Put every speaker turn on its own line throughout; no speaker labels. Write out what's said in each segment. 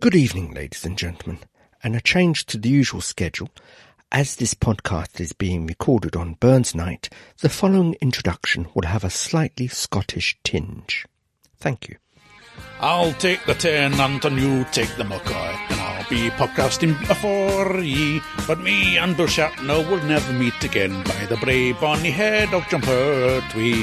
Good evening, ladies and gentlemen, and a change to the usual schedule. As this podcast is being recorded on Burns Night, the following introduction will have a slightly Scottish tinge. Thank you.
I'll take the ten, and you take the muckeye, and I'll be podcasting before ye. But me and Bill Shatner will never meet again by the brave bonny head of John Pertwee.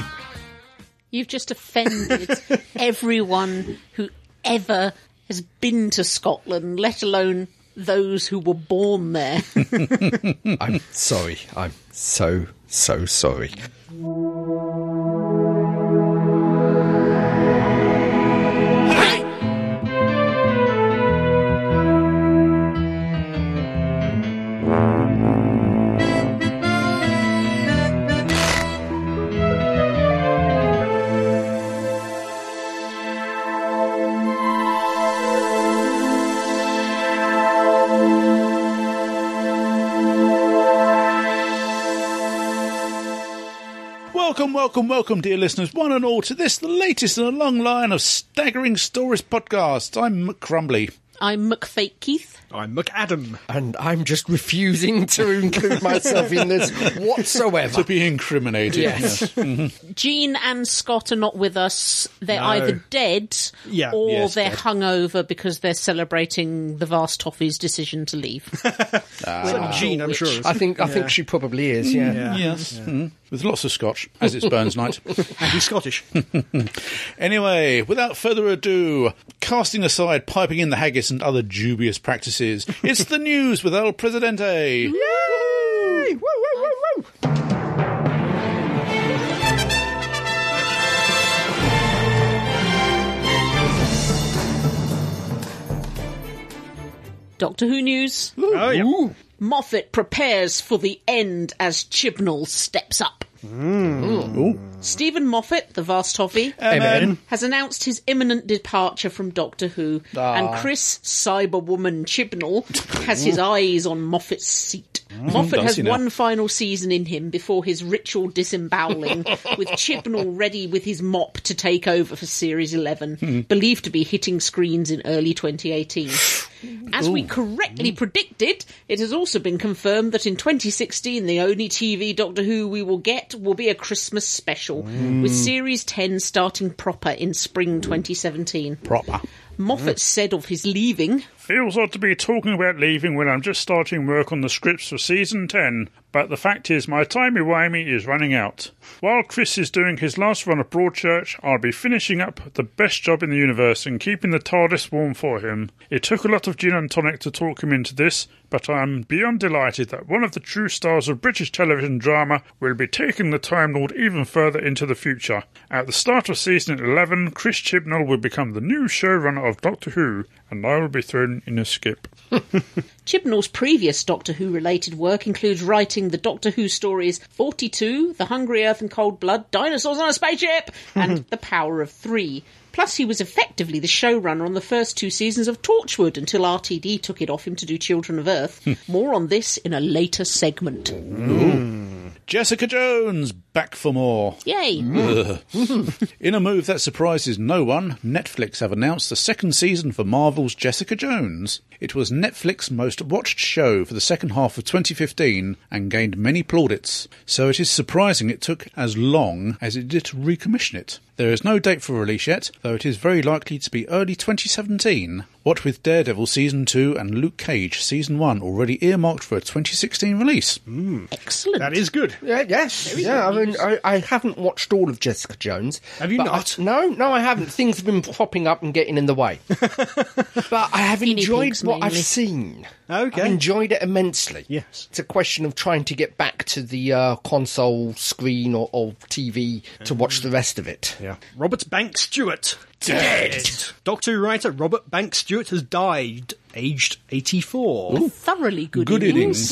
You've just offended everyone who ever has been to Scotland, let alone those who were born there.
I'm sorry. I'm so, so sorry.
Welcome, welcome, welcome, dear listeners, one and all, to this, the latest in a long line of staggering stories podcasts. I'm Mick Crumbly.
I'm McFake Keith.
I'm McAdam.
And I'm just refusing to include myself in this
To
whatsoever.
be incriminated.
Yes.
Jean and Scott are not with us. They're
No.
either dead
Yeah.
or
Yes,
they're
dead.
hungover because they're celebrating the Vast Toffee's decision to leave.
Some Ah. Jean, I'm sure.
I think I think she probably is. Yeah.
Yeah.
Yes. Mm. With lots of scotch, as it's Burns night.
And he's Scottish.
Anyway, without further ado, casting aside piping in the haggis and other dubious practices, it's the news with El Presidente.
Doctor Who news.
oh, yeah.
Moffat prepares for the end as Chibnall steps up. Stephen Moffat, the vast toffee,
Mm. Amen.
has announced his imminent departure from Doctor Who,
Ah.
and Chris Cyberwoman Chibnall has his
Mm.
eyes on Moffat's seat. Moffat
does
has
he now?
one final season in him before his ritual disemboweling, with Chibnall ready with his mop to take over for Series 11,
Hmm.
believed to be hitting screens in early 2018. As we correctly predicted, it has also been confirmed that in 2016 the only TV Doctor Who we will get will be a Christmas special, with Series 10 starting proper in spring 2017.
Proper.
Moffat said of his leaving,
Feels odd to be talking about leaving when I'm just starting work on the scripts for season 10, but the fact is my timey-wimey is running out. While Chris is doing his last run of Broadchurch, I'll be finishing up the best job in the universe and keeping the TARDIS warm for him. It took a lot of gin and tonic to talk him into this, but I'm beyond delighted that one of the true stars of British television drama will be taking the Time Lord even further into the future. At the start of season 11, Chris Chibnall will become the new showrunner of Doctor Who, and I will be thrown in a skip.
Chibnall's previous Doctor Who related work includes writing the Doctor Who stories 42, The Hungry Earth and Cold Blood, Dinosaurs on a Spaceship, and The Power of Three. Plus, he was effectively the showrunner on the first two seasons of Torchwood until RTD took it off him to do Children of
Hmm.
Earth. More on this in a later segment.
Jessica Jones, back for more.
Yay!
Hmm.
In a move that surprises no one, Netflix have announced the second season for Marvel's Jessica Jones. It was Netflix's most watched show for the second half of 2015 and gained many plaudits, so it is surprising it took as long as it did to recommission it. There is no date for release yet, though it is very likely to be early 2017. What with Daredevil Season 2 and Luke Cage Season 1 already earmarked for a 2016 release.
Mm.
Excellent.
That is good.
Yeah, yes. Yeah, I mean, I, I haven't watched all of Jessica Jones.
Have you
but
not?
I- no, no, I haven't. Things have been popping up and getting in the way. but I have
Guinea
enjoyed
pigs
what
mainly.
I've seen.
Okay.
I've enjoyed it immensely.
Yes.
It's a question of trying to get back to the uh, console screen or, or TV to watch the rest of it.
Yeah. Robert Bank Stewart. Dead. Doctor Who writer Robert Bank Stewart has died. aged 84.
Thoroughly good,
Good
innings.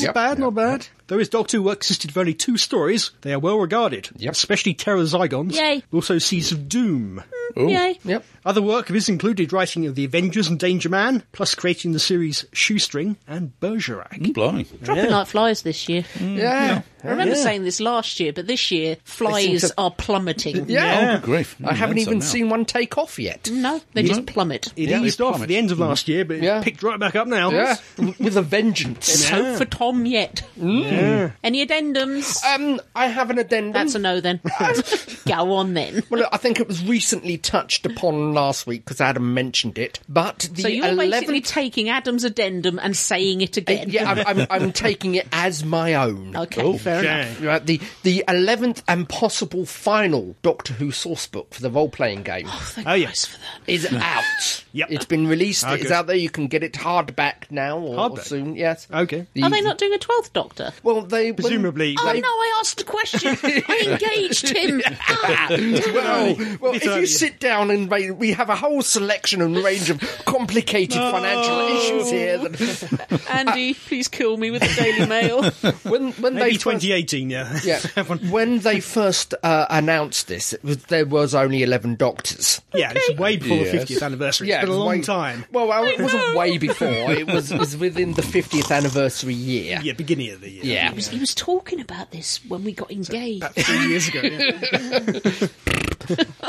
innings.
Not
Yep,
bad,
yep,
not bad. Though his Doctor Who work consisted of only two stories, they are well regarded,
Yep.
especially Terror Zygons,
Yay.
also Seeds of Doom.
Oh.
Ooh.
Yay.
Yep.
Other work of his included writing of The Avengers and Danger Man, plus creating the series Shoestring and Bergerac.
Blimey.
Dropping like flies this year.
Mm,
Yeah.
I remember
Hmm. Yeah.
saying this last year, but this year
seem
flies
to-
are plummeting.
Yeah.
Oh, good grief.
I
Mm,
haven't
that's
even
so now.
seen one take off yet.
No, they just plummet.
It
Yeah, they
eased off at
plummet.
the end of last year, but
Yeah.
it's picked right back up now.
Yeah. With a vengeance.
There's hope for Tom yet.
Mm.
Any addendums?
Um, I have an addendum.
That's a no then. Go on then.
Well, look, I think it was recently touched upon last week because Adam mentioned it. But the
So you're
11th
basically taking Adam's addendum and saying it
Uh,
again.
yeah, Oh, I'm, I'm, I'm taking it as my own.
Okay, fair enough.
Okay.
Right, the the eleventh and possible final Doctor Who source book for the role playing game
Oh, yes.
is out.
Yep.
it's been released.
Ah,
it's
good.
out there. You can get it hardback now or, or
Hardback?
soon. Yes.
Okay.
The-
Are they not doing a 12th Doctor?
Well, they when-
Presumably.
Oh
they-
no, I asked the question. I engaged him. Ah,
Well, well,
Bit
if you
earlier.
sit down and ra- we have a whole selection and range of complicated financial issues here. That
Andy, please kill me with the Daily Mail.
when when
Maybe
they first-
2018, yeah.
Yeah. when they first uh, announced this, it was, there was only eleven doctors.
Yeah, it's way before
Yes.
the 50th anniversary. it's been a
it was
long
way-
time.
Well, well it wasn't way before. It was, it was within the 50th anniversary year.
Yeah, beginning of the year.
Yeah.
he was talking about this when we got engaged.
Three years ago. yeah.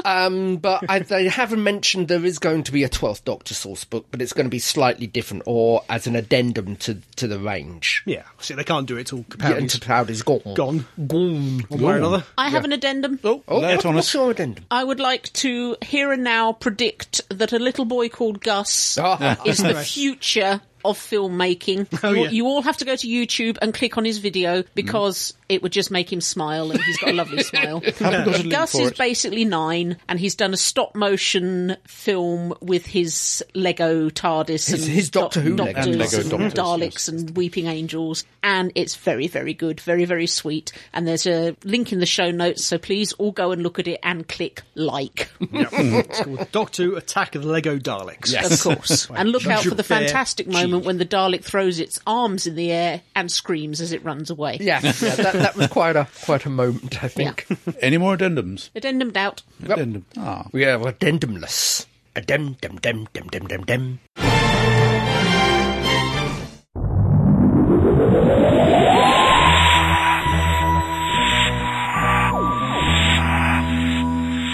Um, but I, they haven't mentioned there is going to be a 12th Doctor source book, but it's going to be slightly different or as an addendum to, to the range.
yeah. See, they can't do it till
Yeah,
Capaldi's
until Powder's gone.
gone.
Gone.
One way or another.
I have an addendum.
Oh,
Lay it
what-
on
what's
us.
your addendum?
I would like to here and now predict that a little boy called Gus
Ah.
is the future of filmmaking.
Oh,
you,
yeah.
you all have to go to YouTube and click on his video because it would just make him smile, and he's got a lovely smile.
Haven't got a link
Gus
for
is
it.
basically nine, and he's done a stop motion film with his Lego TARDIS and
his Doctor Who Lego.
Doctors
And Lego
and
Doctors,
Daleks and Weeping Angels, and it's very, very good, very, very sweet. And there's a link in the show notes, so please all go and look at it and click like,
It's called Doctor Who Attack of the Lego Daleks.
of course, and look out for the
Fair
fantastic moment when the Dalek throws its arms in the air and screams as it runs away.
Yeah, yeah that, that was quite a quite a moment, I think.
Yeah.
Any more addendums?
Addendum doubt.
Addendum. Ah.
We have addendumless. Addendum, dem, dem, dem, dem, dem.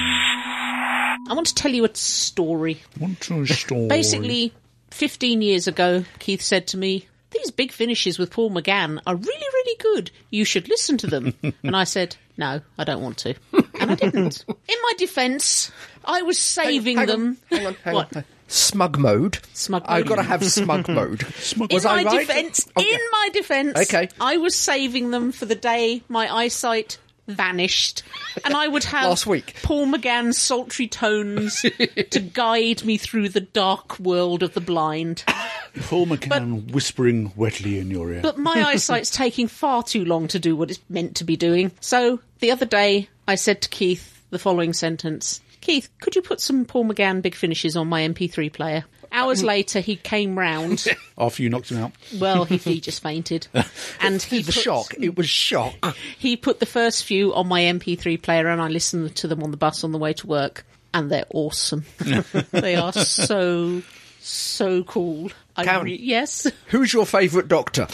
I want to tell you a story.
One true story.
Basically, 15 years ago, Keith said to me, These big finishes with Paul McGann are really, really good. You should listen to them. and I said, No, I don't want to. And I didn't. In my defense, I was saving
Hang
them.
on, hang on, hang
What?
on. Smug mode.
Smug
I've
mode.
got to have smug mode. smug
in my defense,
Oh,
in my defense,
Okay.
I was saving them for the day my eyesight vanished, and I would have
Last week.
Paul McGann's sultry tones to guide me through the dark world of the blind.
Paul McCann whispering wetly in your ear.
but my eyesight's taking far too long to do what it's meant to be doing. So the other day, I said to Keith the following sentence Keith, could you put some Paul McGann big finishes on my MP3 player?
Mm.
Hours later, he came round.
After you knocked him out.
Well, he, he just fainted, and he
It was
put,
shock. It was shock.
He put the first few on my MP3 player, and I listened to them on the bus on the way to work, and they're awesome. they are so so cool. I
Karen.
yes,
Who's your favourite doctor?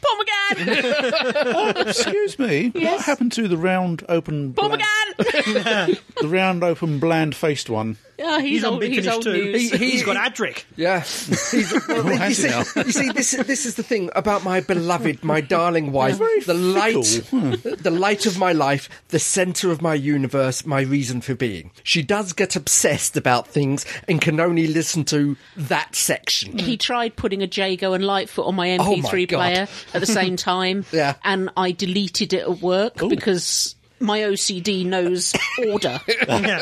Paul McGann,
Excuse me. What happened to the round open
Paul
bland-
McGann.
the round open bland faced one?
Oh, he's,
He's on
old.
Big
He's
Finish
old
too.
news.
He- he-
He's got Adric.
Yeah. He's- well, you,
has
see,
he now?
you see, this this is the thing about my beloved, my darling wife. The light,
Hmm.
the light of my life, the centre of my universe, my reason for being. She does get obsessed about things and can only listen to that section.
he tried putting a Jago and Lightfoot on my MP3
my God.
player at the same time.
Yeah.
And I deleted it at work because my OCD knows order.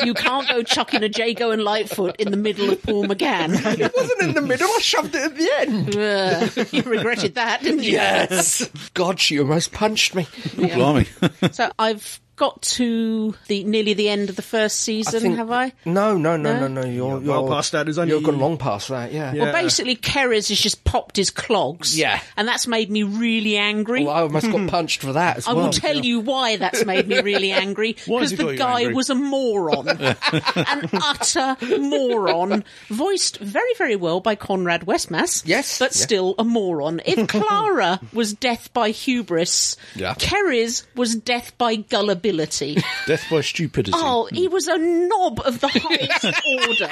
You can't go chucking a Jago and Lightfoot in the middle of Paul McGann.
It wasn't in the middle. I shoved it at the end.
Ugh, you regretted that, didn't you?
Yes. God, she almost punched me.
Oh, Blimey.
So I've got to the nearly the end of the first season, have I?
No, no, no,
No?
no, no. You're,
well
you're-
past that. It's only-
You've gone long past that. Yeah.
Yeah.
Well, basically, Kerris has just popped his clogs.
Yeah.
And that's made me really angry.
Well, I almost got punched for that as
I
well.
will tell you why that's made me really angry.
Why has
Because
he got
the
you
guy
angry?
was a moron. An utter moron. Voiced very, very well by Conrad Westmass.
Yes.
But
Yeah.
still a moron. If Clara was death by hubris,
Yeah.
Kerris was death by gullibility.
Death by stupidity.
Oh, he was a knob of the highest order.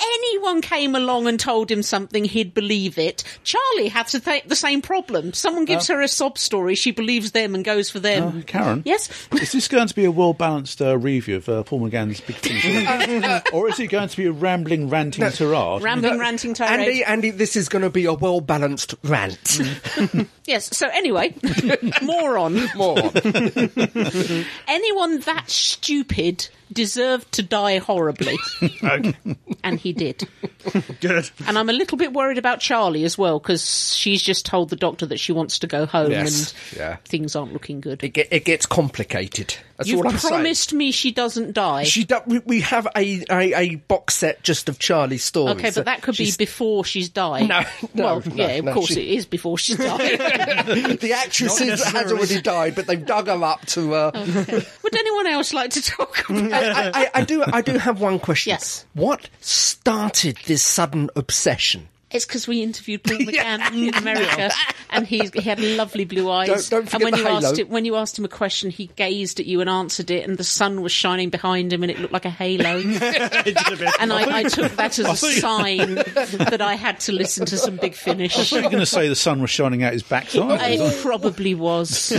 Anyone came along and told him something, he'd believe it. Charlie had to th- the same problem. Someone gives
Oh.
her a sob story, she believes them and goes for them.
Uh, Karen?
Yes?
Is this going to be a well balanced uh, review of uh, Paul McGann's Big Finish? or is it going to be a rambling, ranting tirade?
Rambling, ranting, tirade.
Andy, Andy, this is going to be a well balanced rant.
Mm. Yes, so anyway, moron.
More.
Anyone that stupid deserved to die horribly. And he did.
Good.
And I'm a little bit worried about Charlie as well, because she's just told the doctor that she wants to go home
Yes,
and
yeah.
things aren't looking good.
It, get, it gets complicated. That's
You've
all I'm
promised me she doesn't die.
saying. She do, we, we have a, a, a box set just of Charlie's stories.
okay,
so
but that could be
she's-
before she's died.
No, no,
well,
no,
yeah, of
no,
course
she-
it is before she's died.
the actresses that has already died, but they've dug her up to. Uh,
Oh. Would anyone else like to talk about?
I, I, I do. I do have one question.
Yes.
What started this sudden obsession?
It's because we interviewed Paul McGann in America, and he he had lovely blue eyes.
Don't- don't
and
forget
when
the
you
halo.
asked it, when you asked him a question, he gazed at you and answered it, and the sun was shining behind him, and it looked like a halo. and I, I took that as a sign that I had to listen to some big finish.
You're going to say the sun was shining out his backside.
It probably was.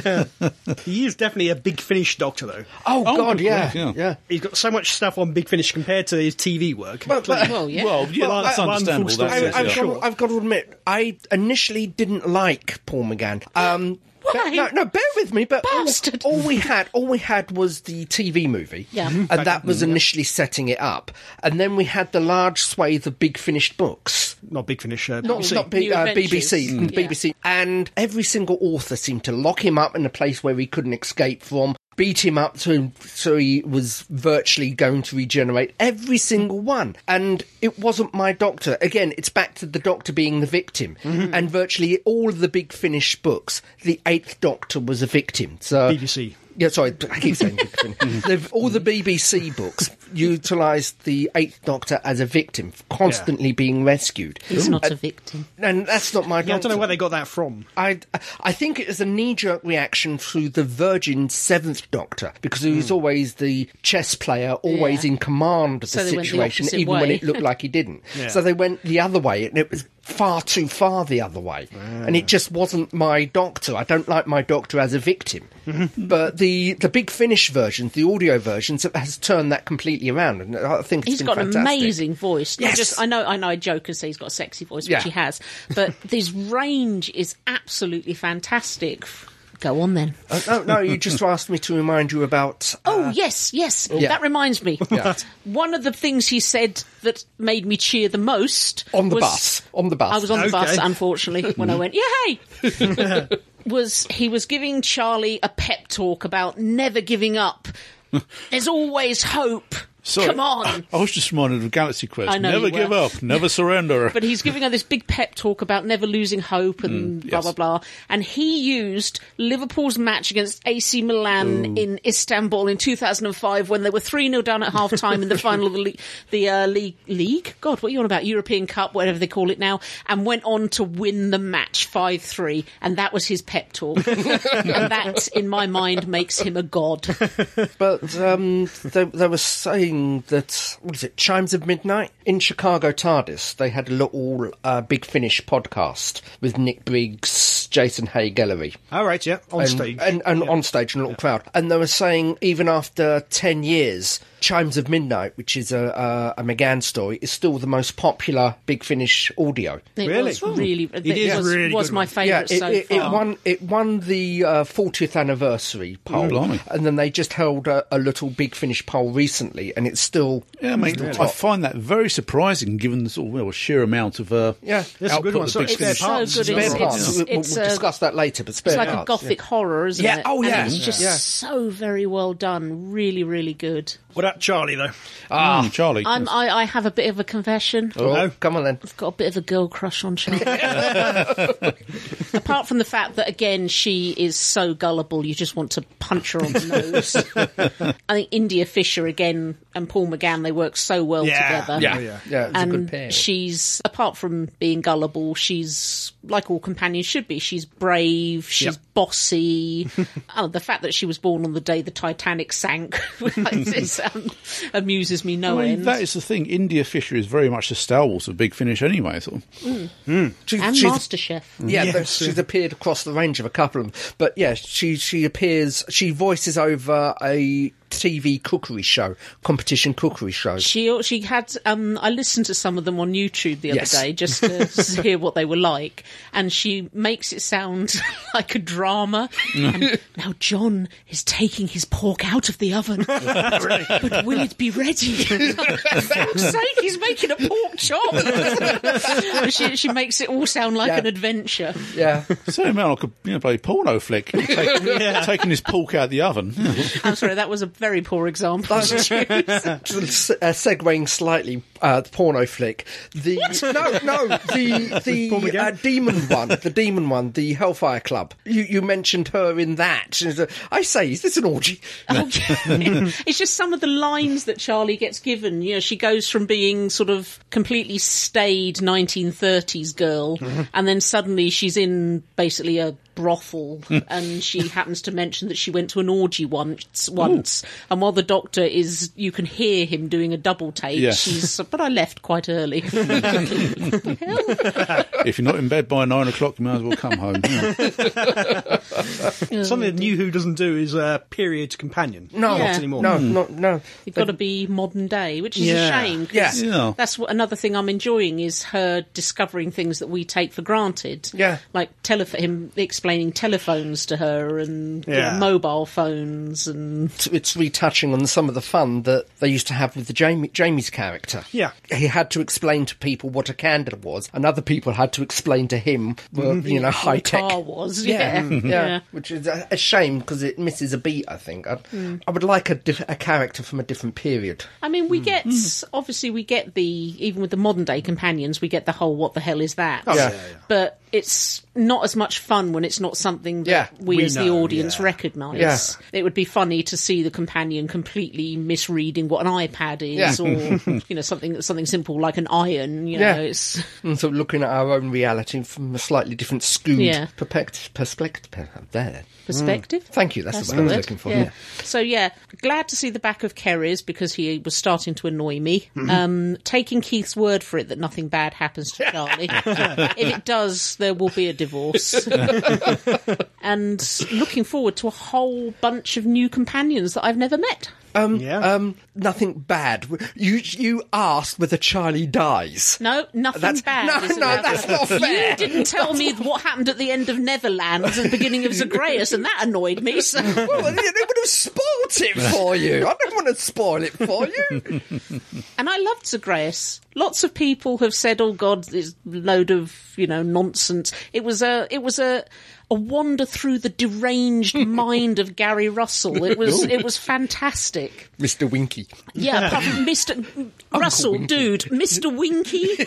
He is definitely a big finish doctor, though.
Oh, God!
good
Yeah,
grief, yeah.
yeah.
He's got so much stuff on Big Finish compared to his TV work.
Well, yeah.
Well, yeah,
Well,
that's
that-
understandable.
wonderful
That's
I,
story.
it,
I've,
yeah.
got, to- I've got to admit, I initially didn't like Paul McGann. Um,
Why?
but- no, no, bear with me. But all,
Bastard.
all we had, all we had was the TV movie,
Yeah. Mhm.
and
Mm-hmm.
that was initially setting it up. And then we had the large swathe of big finished books,
Not Big Finish. Uh,
not,
BBC.
not B,
New
uh,
Adventures.
BBC,
Mm. Yeah.
BBC, and every single author seemed to lock him up in a place where he couldn't escape from. Beat him up to so he was virtually going to regenerate every single one, and it wasn't my doctor. Again, it's back to the doctor being the victim, and virtually all of the big Finnish books, the Eighth Doctor was a victim. So
BBC.
yeah, sorry, I keep saying Big Finish. They've- all the BBC books utilised the Eighth Doctor as a victim, constantly being rescued.
He's not a victim.
And that's not my.
Yeah, I don't know where they got that from.
I, I think it is a knee jerk reaction to the Virgin Seventh Doctor because he was always the chess player, always
Hmm. Yeah.
in command of
So
the
they went the
situation,
opposite
even when
way.
it looked like he didn't.
Yeah.
So they went the other way, and it was far too far the other way. And
Ah.
it just wasn't my Doctor. I don't like my Doctor as a victim.
Mm-hmm.
But the, the big Finnish versions, the audio versions, has turned that completely around, and I think it
He's
been
got
fantastic.
an amazing voice. Not
Yes.
just I know I know I joke and say he's got a sexy voice, which
Yeah.
he has. But his range is absolutely fantastic. Go on then.
Uh, no, no, you just asked me to remind you about.
oh yes, yes. That reminds me. One of the things he said that made me cheer the most
On the
was-
bus. On the bus.
I was on the
Okay.
bus, unfortunately, when I went, yay! was he was giving Charlie a pep talk about never giving up. There's always hope.
Sorry.
Come on.
I was just reminded of Galaxy Quest.
I know
never
you were.
give up, never surrender.
but he's giving her this big pep talk about never losing hope and blah blah blah. And he used Liverpool's match against AC Milan in Istanbul in 2005 when they were three 0 down at half time in the final of the league, the uh, league, league. God, what are you on about? European Cup, whatever they call it now, and went on to win the match five three. And that was his pep talk. and that, in my mind, makes him a god.
But um, they, they were saying that what is it? Chimes of Midnight in Chicago TARDIS. They had a little uh, Big Finish podcast with Nick Briggs, Jason Hay Gallery,
All right, yeah, on stage.
and, and on stage and a little crowd. And they were saying even after ten years, Chimes of Midnight, which is a, a, a McGann story, is still the most popular Big Finish audio.
It
Really?
was really, it,
is a
was,
really
was
good
my
one.
favourite
it,
so
it,
far.
it won. It won the uh, 40th anniversary poll,
blimey.
and then they just held a, a little Big Finish poll recently, and it's still
Yeah, mate, I find that very surprising given the sort of, well, sheer amount of uh,
Yeah,
that's a
output
good one.
that
So
Big
it's
It's
Finish-
their
so
parts
good. It's,
as
well. Yeah.
it's, uh, it's it's
we'll
a
discuss that later, but spare
it's like
parts.
a gothic horror, isn't
Yeah,
it?
oh,
And
yeah.
it's just
Yeah.
so very well done. Really, really good.
What about Charlie, though?
Ah, Charlie.
I'm, I, I have a bit of a confession.
Yeah. Oh, come on then.
I've got a bit of a girl crush on Charlie. Apart from the fact that, again, she is so gullible, you just want to punch her on the nose. I think India Fisher, again, and Paul McGann, they work so well
Yeah.
together.
Yeah.
Yeah, it's a good pair.
And she's, apart from being gullible, she's like all companions should be. She's brave, she's bossy. oh, the fact that she was born on the day the Titanic sank it's, um, amuses me no
I mean,
end.
that is the thing. India Fisher is very much the stalwart of Big Finish, anyway. So.
She-
and
she's-
MasterChef.
Yeah,
Yes,
but she's
yeah.
appeared across the range of a couple of them. But yeah, she she appears. She voices over a TV cookery show, competition cookery show.
She she had um I listened to some of them on YouTube the other
Yes.
day just to s- hear what they were like and she makes it sound like a drama.
Mm.
and now John is taking his pork out of the oven. but, but will it be ready? For fuck's sake, he's making a pork chop. she she makes it all sound like
Yeah.
an adventure.
Yeah,
So man, I could you know, play porno flick, taking, taking his pork out of the oven.
I'm sorry, that was a very poor example.
S- uh, segueing slightly, uh, the porno flick. The no, no, the
Porn
the
again?
uh, demon one, the demon one, the Hellfire Club. You you mentioned her in that. She's a- I say, is this an orgy?
Oh, yeah. it's just some of the lines that Charlie gets given. You know, she goes from being sort of completely staid 1930s girl, and then suddenly she's in basically a brothel, and she happens to mention that she went to an orgy once. Once, and while the doctor is, you can hear him doing a double take.
Yeah.
She's, but I left quite early.
if you're not in bed by nine o'clock, you might as well come home. Yeah.
Something that New Who doesn't do is uh, period companion.
No,
Not
Yeah.
anymore. Hmm.
no, no, no.
You've got to be modern day, which is
Yeah.
a shame. 'cause
Yeah.
Yeah.
That's what, another thing I'm enjoying is her discovering things that we take for granted.
Yeah.
Like tele- him explaining telephones to her and
Yeah.
mobile phones and
it's- it's retouching on some of the fun that they used to have with the Jamie, Jamie's character.
Yeah.
he had to explain to people what a candle was, and other people had to explain to him, well,
Mm-hmm.
you know, high tech.
car was.
Yeah, Mm.
Yeah.
yeah, which is a, a shame because it misses a beat. I think I,
Mm.
I would like a, diff- a character from a different period.
I mean,
Hmm.
we get obviously we get the even with the modern day companions, we get the whole "what the hell is that?"
Oh, yeah, yeah, yeah.
But it's not as much fun when it's not something that
Yeah,
we,
we
as the
know,
audience
yeah.
recognise.
Yeah.
It would be funny to see the companion completely misreading what an iPad is, or you know something something simple like an iron. You know,
Yeah. Hmm.
it's
And so looking at our own reality from a slightly different skewed
Yeah.
perspective. perspective there.
perspective.
Thank you. That's,
That's
the word I was
good,
looking for.
yeah.
yeah.
So yeah, glad to see the back of Kerry's because he was starting to annoy me.
Mm-hmm.
Um, taking Keith's word for it that nothing bad happens to Charlie. if it does, there will be a divorce. and looking forward to a whole bunch of new companions that I've never met.
Yeah.
Um, nothing bad. You you asked whether Charlie dies.
No, nothing
That's-
bad.
no,
is
no,
allowed to
that's not
happen.
fair.
You didn't tell me what happened at the end of Neverland at the beginning of Zagreus, and that annoyed me. So.
Well, they would have spoilt it for you. I didn't want to spoil it for you.
And I loved Zagreus. Lots of people have said, "Oh God, this load of you know nonsense." It was a it was a a wander through the deranged mind of Gary Russell. It was it was fantastic.
Mr. Winky.
Yeah, apart from Mr. Russell, dude, Mr. Winky.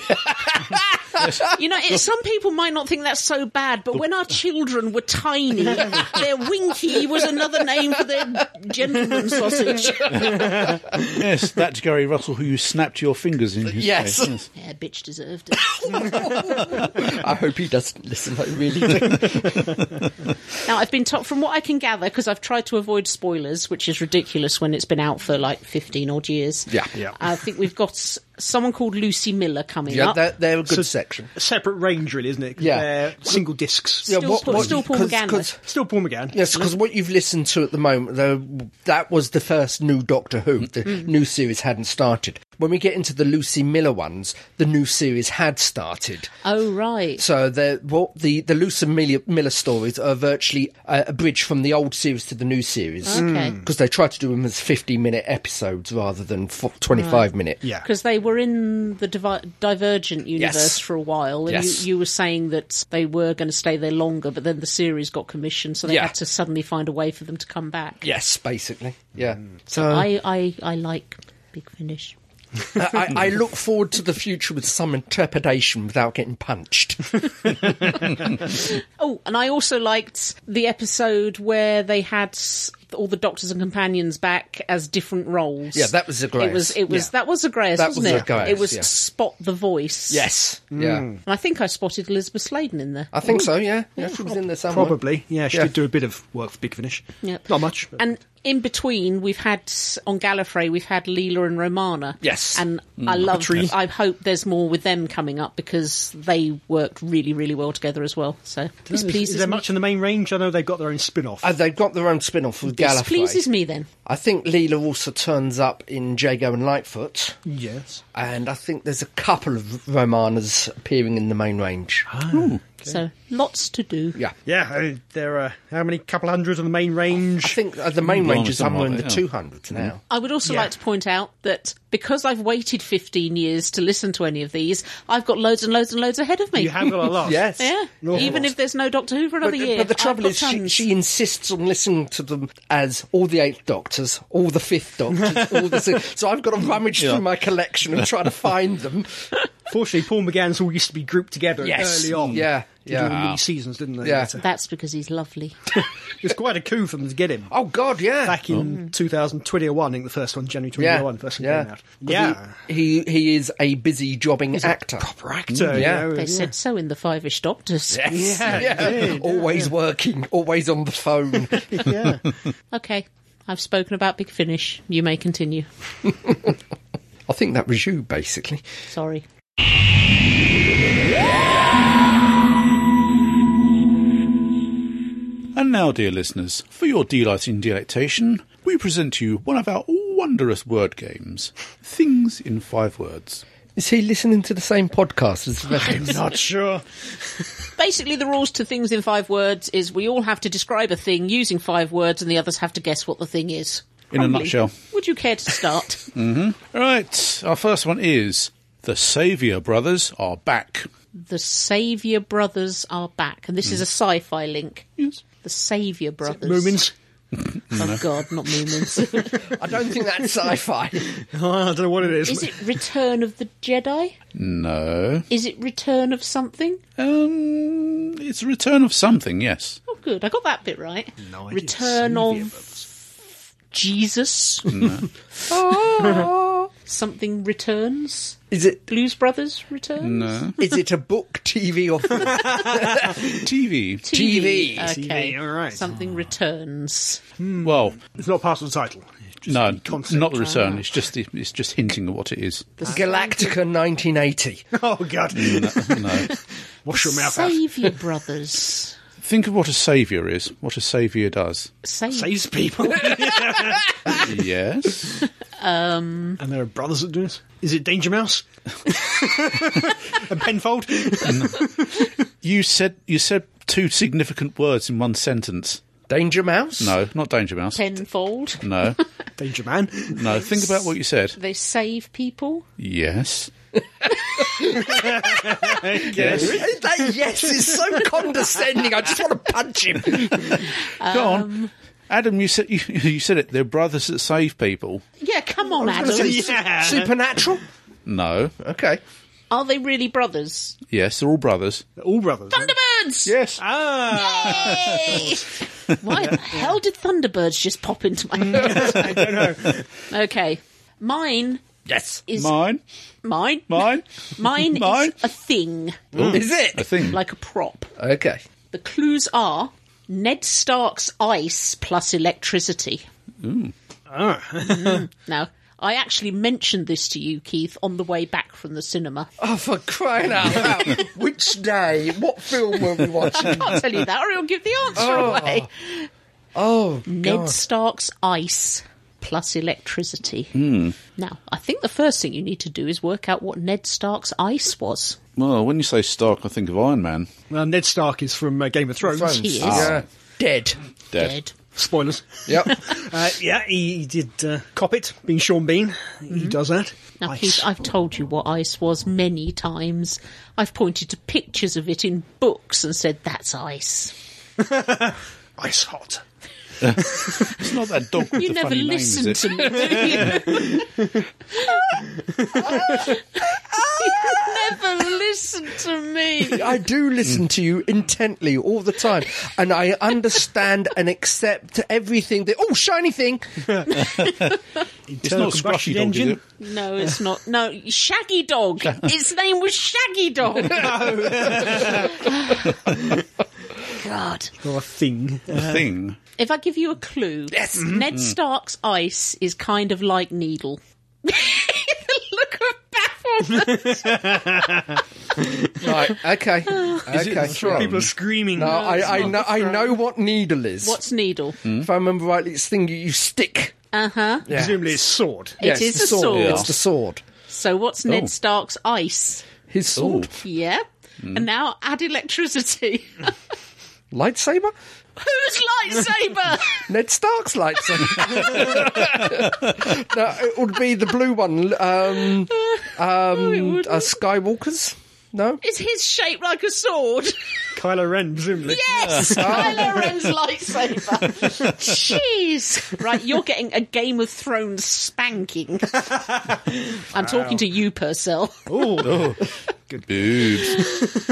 you know, it, some people might not think that's so bad, but when our children were tiny, their Winky was another name for their gentleman sausage.
yes, that's Gary Russell who you snapped your fingers in his
Yes.
face.
Yeah, bitch deserved it.
I hope he doesn't listen. I really do.
Now, I've been told, from what I can gather, because I've tried to avoid spoilers, which is ridiculous when it's been out for like 15 odd years.
Yeah. Yeah.
I think we've got s- someone called Lucy Miller coming
Yeah,
up.
they're, they're a good
So-
section.
A separate range, really, isn't it? 'Cause
Yeah.
They're single discs.
Still Paul- still Paul
cause,
McGann,
cause,
Still Paul McGann.
Yes, because what you've listened to at the moment, though, that was the first new Doctor Who. The new series hadn't started. When we get into the Lucy Miller ones, the new series had started.
oh, right.
So the what the the Lucy Miller, Miller stories are virtually a, a bridge from the old series to the new series.
Okay.
Because they try to do them as fifty minute episodes rather than twenty five minute.
Yeah.
Because they were in the Divi- Divergent universe
Yes.
for a while, and
Yes.
you, you were saying that they were going to stay there longer, but then the series got commissioned, so they
Yeah.
had to suddenly find a way for them to come back.
Yes, basically. Yeah. So
I, I, I like Big Finish.
I, I look forward to the future with some interpretation without getting punched.
Oh, and I also liked the episode where they had s- all the doctors and companions back as different roles.
Yeah, that was Zagreus.
It was. It was.
Yeah.
That was Zagreus,
That
wasn't
was
it?
Zagreus,
it was
yeah.
Spot the Voice.
yes. Yeah.
And I think I spotted Elizabeth Sladen in there.
I think so, yeah. Yeah, she was in there somewhere.
Probably, yeah. She
Yeah.
did do a bit of work for Big Finish.
Yep.
Not much. but-
And in between, we've had on Gallifrey, we've had Leela and Romana.
Yes. Mm.
and I love. I hope there's more with them coming up because they worked really, really well together as well. So this
Is-
pleases
is there
me.
much in the main range? I know they've got their own spin-off.
Uh, they've got their own spin off with
this
Gallifrey.
pleases me then.
I think Leela also turns up in Jago and Lightfoot.
yes.
And I think there's a couple of Romanas appearing in the main range.
So lots to do.
Yeah.
Yeah, I mean, there are how many couple hundred on the main range?
I think uh, the main range is
something
somewhere in
like
the
that,
200s now.
I would also
Yeah.
like to point out that because I've waited 15 years to listen to any of these, I've got loads and loads and loads ahead of me.
you have got a lot.
Yes.
Yeah.
An awful
Even
lot.
if there's no Doctor Who for another
But,
year.
but the
I've
trouble
got
is, she,
tons.
she insists on listening to them as all the Eighth Doctors, all the Fifth Doctors, all the sixth. So I've got to rummage through my collection and try to find them.
Fortunately, Paul McGann's all used to be grouped together
Yes.
early on.
Yeah,
They did all the
yeah.
mini seasons, didn't they?
Yeah.
It
That's because he's lovely.
was quite a coup for them to get him.
Oh, God, yeah.
Back in 2021, I think the first one, January 2021, first one came out.
'Cause He, he he is a busy jobbing actor.
proper actor. you
yeah.
know,
They
yeah.
said so in The Five-ish Doctors.
Yeah, always working, always on the phone.
yeah.
Okay. I've spoken about Big Finish. You may continue.
I think that was you, basically.
Sorry.
And now, dear listeners, for your delight in delectation, we present to you one of our wondrous word games Things in Five Words.
Is he listening to the same podcast as the rest of us?
Not sure.
Basically, the rules to things in five words is we all have to describe a thing using five words and the others have to guess what the thing is.
In a
Crumbly,
nutshell.
Would you care to start?
All right, our first one is The Saviour Brothers are back.
The Saviour Brothers are back. And this is a sci fi link.
Yes.
The Saviour Brothers.
Moomins.
Oh, God, not Moomins.
I don't think that's sci-fi.
Oh, I don't know what it is.
is it Return of the Jedi?
No.
Is it Return of something?
Um, it's a return of something, yes.
Oh, good. I got that bit right.
No idea.
Return
Saviour
of Jesus. something returns.
Is it?
Blues Brothers returns.
No.
Is it a book, TV, or film?
TV.
TV.
Okay.
TV, all right. Oh.
Something returns.
Well,
It's not part of the title.
no, not the return. It's just it's just hinting at what it is.
Galactica 1980?
Oh, God.
no.
Wash your mouth out.
Saviour Brothers.
Think of what a saviour is. What a saviour does.
Sav-
Saves people.
Yes.
And there are brothers that do this. Is it Danger Mouse? and Penfold?
You said you said two significant words in one sentence.
Danger Mouse?
No, not Danger Mouse.
Tenfold.
No,
Danger Man.
no. Think about what you said.
They save people.
Yes.
That yes is so condescending. I just want to punch him.
Go
Um,
on, Adam. You said you, you said it. They're brothers that save people.
Yeah, come on, Adam.
yeah.
Supernatural?
No.
Okay.
Are they really brothers?
Yes, they're all brothers.
All brothers. huh?
Thunderbirds!
Yes.
Ah,
Yay! Why the hell did Thunderbirds just pop into my head?
I don't know.
okay. Mine
Yes.
is.
Mine.
mine?
Mine.
Mine,
Mine?
is a thing,
Is
A
it?
thing.
like a prop.
Okay.
The clues are Ned Stark's ice plus electricity. Mm. Now, I actually mentioned this to you, Keith, on the way back from the cinema.
Oh, for crying out loud. Which day? What film were we
I
watching?
can't tell you that, or he'll give the answer away.
Oh,
Ned Stark's ice plus electricity.
Hmm.
Now, I think the first thing you need to do is work out what Ned Stark's ice was.
Well, when you say Stark, I think of Iron Man.
Well, Ned Stark is from uh, Game of Thrones.
Thrones.
He is
Yeah. Dead.
Dead.
dead.
Spoilers.
Yep.
Uh, yeah, he, he did uh, cop it, being Sean Bean. He does that.
Now,
Ice.
Keith, I've told you what ice was many times. I've pointed to pictures of it in books and said, that's ice.
Ice hot.
It's not that dog with
You
the
never
funny
listen
name, is
to
it?
me, do you? you never listen to me.
I do listen to you intently all the time, and I understand and accept everything that. Oh, shiny thing!
It's not Scrushy Dog, is it?
No, it's not. No, Shaggy Dog. Its name was Shaggy Dog. God.
Or a thing. Uh,
The thing.
If I give you a clue, yes. Ned Stark's ice is kind of like Needle. Look at baffled.
Right, okay,
it
okay.
Throne?
people are screaming.
No, I, I know, I know what needle is.
What's Needle?
If I remember rightly, it's the thing you, you stick.
Uh huh.
Yeah.
Presumably it's sword.
Yeah,
it is
the
a sword.
It's the sword.
So what's
Oh.
Ned Stark's ice?
His sword,
Yeah. And now add electricity.
lightsaber,
Whose lightsaber?
Ned Stark's lightsaber. no, it would be the blue one. Um,
Oh,
um, uh, Skywalker's. No,
is his shaped like a sword?
Kylo Ren, presumably.
Yes, Kylo Ren's lightsaber. Jeez. Right, you're getting a Game of Thrones spanking. I'm talking to you, Purcell.
Oh. Boobs.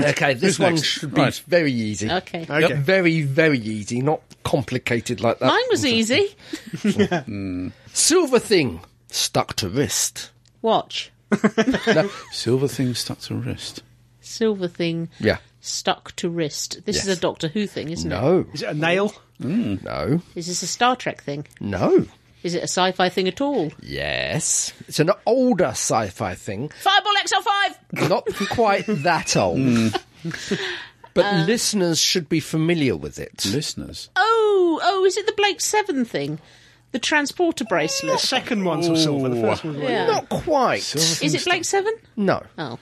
okay, this
Who's
one
next?
should be
Right.
very easy.
Okay.
Okay.
Very, very easy, not complicated like that.
Mine was easy.
Silver thing stuck to wrist.
Watch.
Silver thing stuck to wrist.
Silver thing
Yeah.
stuck to wrist. This
Yes.
is a Doctor Who thing, isn't it?
No,
Is it a nail?
no,
Is this a Star Trek thing?
no.
Is it a sci fi thing at all?
Yes, it's an older sci-fi thing,
Fireball XL5!
not quite that old.
Hmm.
But
Uh,
listeners should be familiar with it.
Listeners.
Oh, oh, is it the Blake Seven thing? The transporter
The
bracelet.
second one's of silver. The first one's
Yeah.
Not quite.
Is it Blake Seven?
No,
Oh,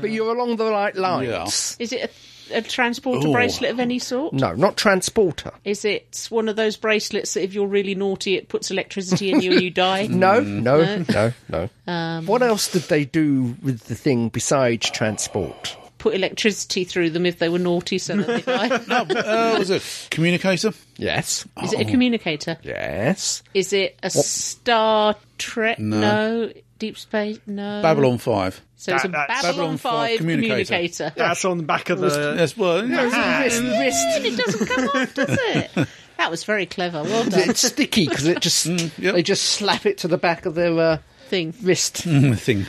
but you're along the right lines.
Yeah.
is it a, a transporter
Ooh.
bracelet of any sort?
No, not transporter.
Is it one of those bracelets that if you're really naughty, it puts electricity in you and you die?
No, no, no, Um, no. what else did they do with the thing besides transport?
Put electricity through them if they were naughty, so that they die.
Uh, was it communicator?
Yes,
Is it a communicator?
yes.
Is it a Star Trek? No. Deep Space? No.
Babylon Five.
So it's a
That- that's-
Babylon
Babylon, 5
five
communicator.
communicator.
That's on the Ah, back of the.
Yes, well, yeah.
Wrist, wrist.
And it doesn't come off, does it? That was very clever. Well done.
It's sticky because it just
yep.
they just slap it to the back of their uh,
thing.
wrist.
thing.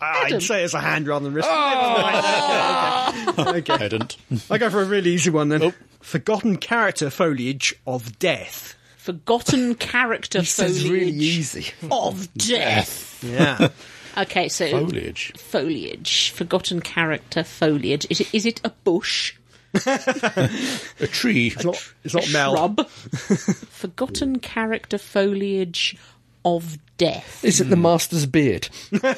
I'd say it's a hand rather than wrist. okay.
Pedant.
I go for a really easy one then.
Oh.
Forgotten character foliage of death.
Forgotten character
It's
foliage
really easy.
of death.
Yeah.
Okay, so
Foliage.
foliage. Forgotten character foliage. Is it, is it a bush?
A tree.
It's not, it's not
a
Mel.
Shrub? Forgotten character foliage of death.
Is it the master's beard?
Don't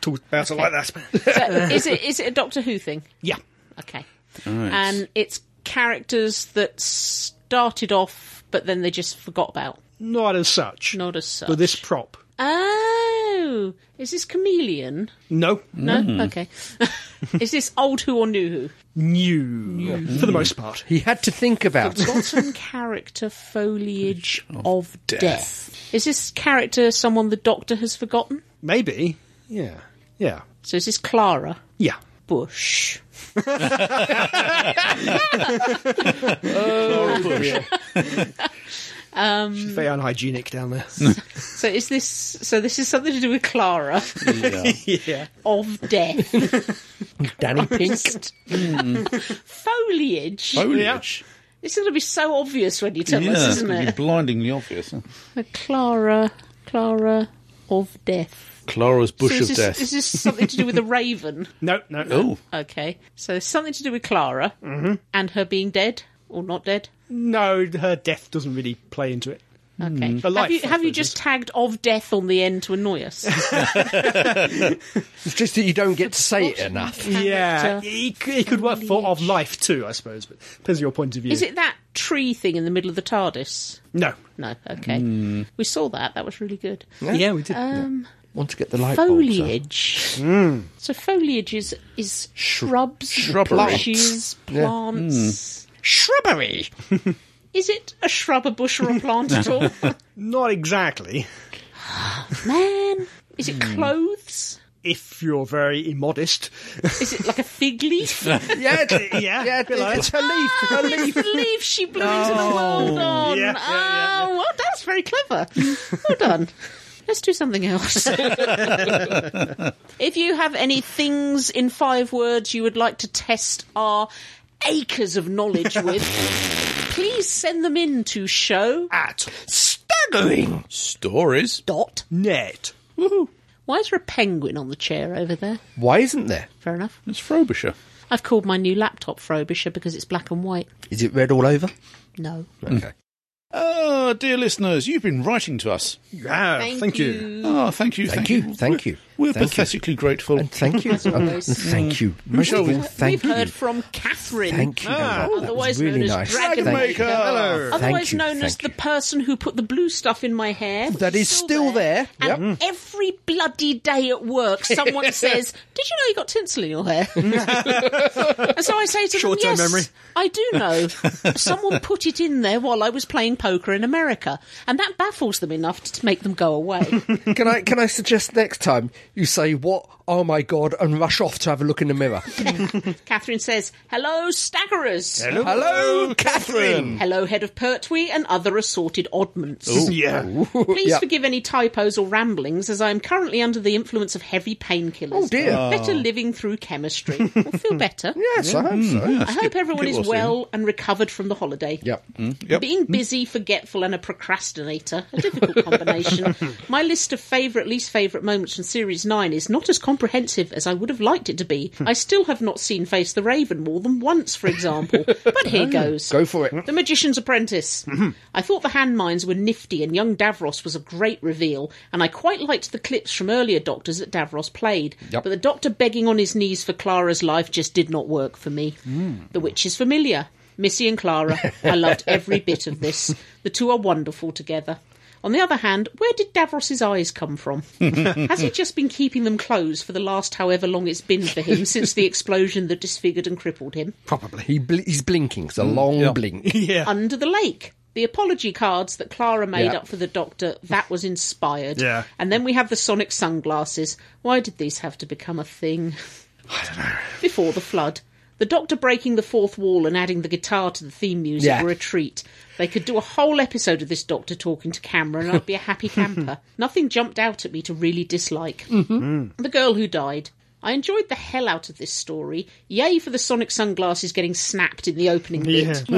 talk about it like that.
So is it is it a Doctor Who thing?
yeah.
Okay. And it's characters that started off, but then they just forgot about.
Not as such.
Not as such.
But this prop.
Oh, is this chameleon?
No.
No. Okay. is this old who or new who?
New. For the most part.
He had to think about it.
Forgotten character foliage of, death.
death.
Is this character someone the Doctor has forgotten?
Maybe. Yeah. Yeah.
So is this Clara
Yeah.
Bush? Mm.
She's very unhygienic down there.
So is this? So this is something to do with Clara
yeah.
of death.
Danny Pink.
foliage.
Foliage.
It's going to be so obvious when you tell us,
it's
isn't
gonna be
it?
blindingly obvious. huh?
Clara, Clara of death.
Clara's bush
so is
of
this,
death.
Is this something to do with a raven?
No, no,
oh,
no.
Okay, so it's something to do with Clara and her being dead or not dead.
No, her death doesn't really play into it.
Okay. Have
life,
you,
I
have you
suppose,
just tagged of death on the end to annoy us?
It's just that you don't get to say it enough.
Yeah,
Character.
it, c- it could work for of life too, I suppose. But depends on your point of view.
Is it that tree thing in the middle of the TARDIS?
No.
No. Okay. We saw that. That was really good.
Mm.
Um,
Yeah, Mm. we did.
Want to get the light bulbs
foliage. So foliage is is shrubs,
shrubbery.
bushes,
Mm.
plants. Shrubbery. is it a shrub, a bush, or a plant at all?
Not exactly.
Man, is it clothes?
If you're very immodest.
Is it like a fig leaf?
up. Yeah, it's-
Yeah,
yeah,
bit like
it's her leaf. Her leaf.
It's the leaf she blew into the world on.
Yeah, yeah, yeah,
Oh, well, that's very clever. Well done. Let's do something else. if you have any things in five words you would like to test our acres of knowledge with, please send them in to show
At
Staggering.
Stories.
dot.
net.
Why is there a penguin on the chair over there?
Why isn't there?
Fair enough.
It's Frobisher.
I've called my new laptop Frobisher because it's black and white.
Is it red all over?
No.
Okay.
Ah, dear listeners, you've been writing to us.
Yeah, Oh, thank, you.
Ah, thank you,
Thank
thank,
you, thank you,
We're
thank you.
pathetically grateful.
And thank you. and,
always.
and thank you. Most of
shall we-
all, thank
We've
you.
heard from Catherine.
Thank you.
Ah,
Amber. That was
otherwise
really
known as
nice.
Dragon
Thank you.
Maker. Hello.
Thank
otherwise
you,
known as
thank
the
you.
person who put the blue stuff in my hair.
That
which
is still there. Mm.
And every bloody day at work, someone says, "Did you know you got tinsel in your hair?" and so I say to
Short-term
them, "Yes,
memory."
I do know. someone put it in there while I was playing poker in America, and that baffles them enough to make them go away."
Can I can I suggest next time you say what? Oh my god! And rush off to have a look in the mirror.
Catherine says, "Hello, staggerers." Hello.
Hello, Catherine.
head of Pertwee and other assorted oddments.
Yeah.
Please
Yeah.
forgive any typos or ramblings, as I am currently under the influence of heavy painkillers.
Oh, dear.
Better living through chemistry. I'll feel better.
Yes, I hope so.
I hope everyone
get
is
lost
well and recovered from the holiday.
Yep.
Yep.
Being busy, forgetful, and a procrastinator, a difficult combination. My list of favourite, least favourite moments from Series 9 is not as comprehensive as I would have liked it to be.
Hmm.
I still have not seen Face the Raven more than once, for example. But here goes.
Ah, Go for it. Mm-hmm.
The Magician's Apprentice. I thought the hand mines were nifty and young Davros was a great reveal, and I quite liked the clips from earlier Doctors that Davros played.
Yep.
But the Doctor begging on his knees for Clara's life just did not work for me.
Hmm.
The Witch is familiar. Missy and Clara. I loved every bit of this. The two are wonderful together. On the other hand, where did Davros's eyes come from? Has he just been keeping them closed for the last however long it's been for him since the explosion that disfigured and crippled him?
Probably. He bl- he's blinking. It's a long blink.
Yeah.
Under the Lake. The apology cards that Clara made
Yeah.
up for the doctor, that was inspired.
Yeah.
And then we have the sonic sunglasses. Why did these have to become a thing? Before the flood. The doctor breaking the fourth wall and adding the guitar to the theme music
Yeah.
were a treat. They could do a whole episode of this doctor talking to camera and I'd be a happy camper. Nothing jumped out at me to really dislike. The Girl Who Died. I enjoyed the hell out of this story. Yay for the sonic sunglasses getting snapped in the opening bit. Hmm.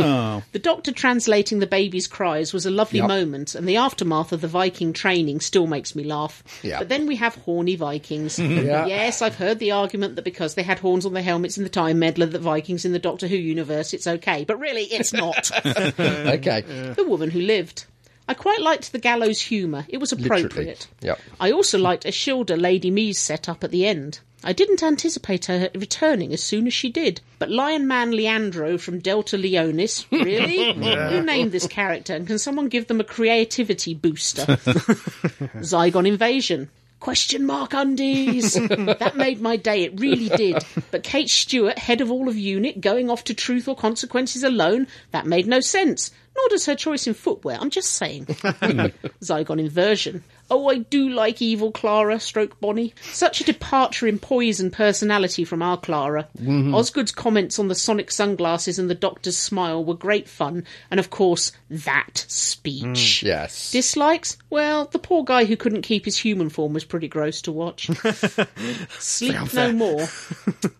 The doctor translating the baby's cries was a lovely
Yep.
moment, and the aftermath of the Viking training still makes me laugh.
Yeah.
But then we have horny Vikings. Yes, I've heard the argument that because they had horns on their helmets in the Time Meddler, that Vikings in the Doctor Who universe, it's okay. But really, it's not.
Okay.
the Woman Who Lived. I quite liked the gallows humour. It was appropriate.
Literally. Yep.
I also liked Ashilda Lady Mee's setup at the end. I didn't anticipate her returning as soon as she did, but Lion Man Leandro from Delta Leonis, really? Who named this character, and can someone give them a creativity booster? Zygon Invasion. Question mark undies. that made my day, it really did. But Kate Stewart, head of all of UNIT, going off to truth or consequences alone, that made no sense. Nor does her choice in footwear, I'm just saying. Zygon inversion. Oh, I do like evil Clara, stroke Bonnie. Such a departure in poise and personality from our Clara. Osgood's comments on the sonic sunglasses and the doctor's smile were great fun, and of course, that speech.
Yes.
Dislikes? Well, the poor guy who couldn't keep his human form was pretty gross to watch. Sleep no more.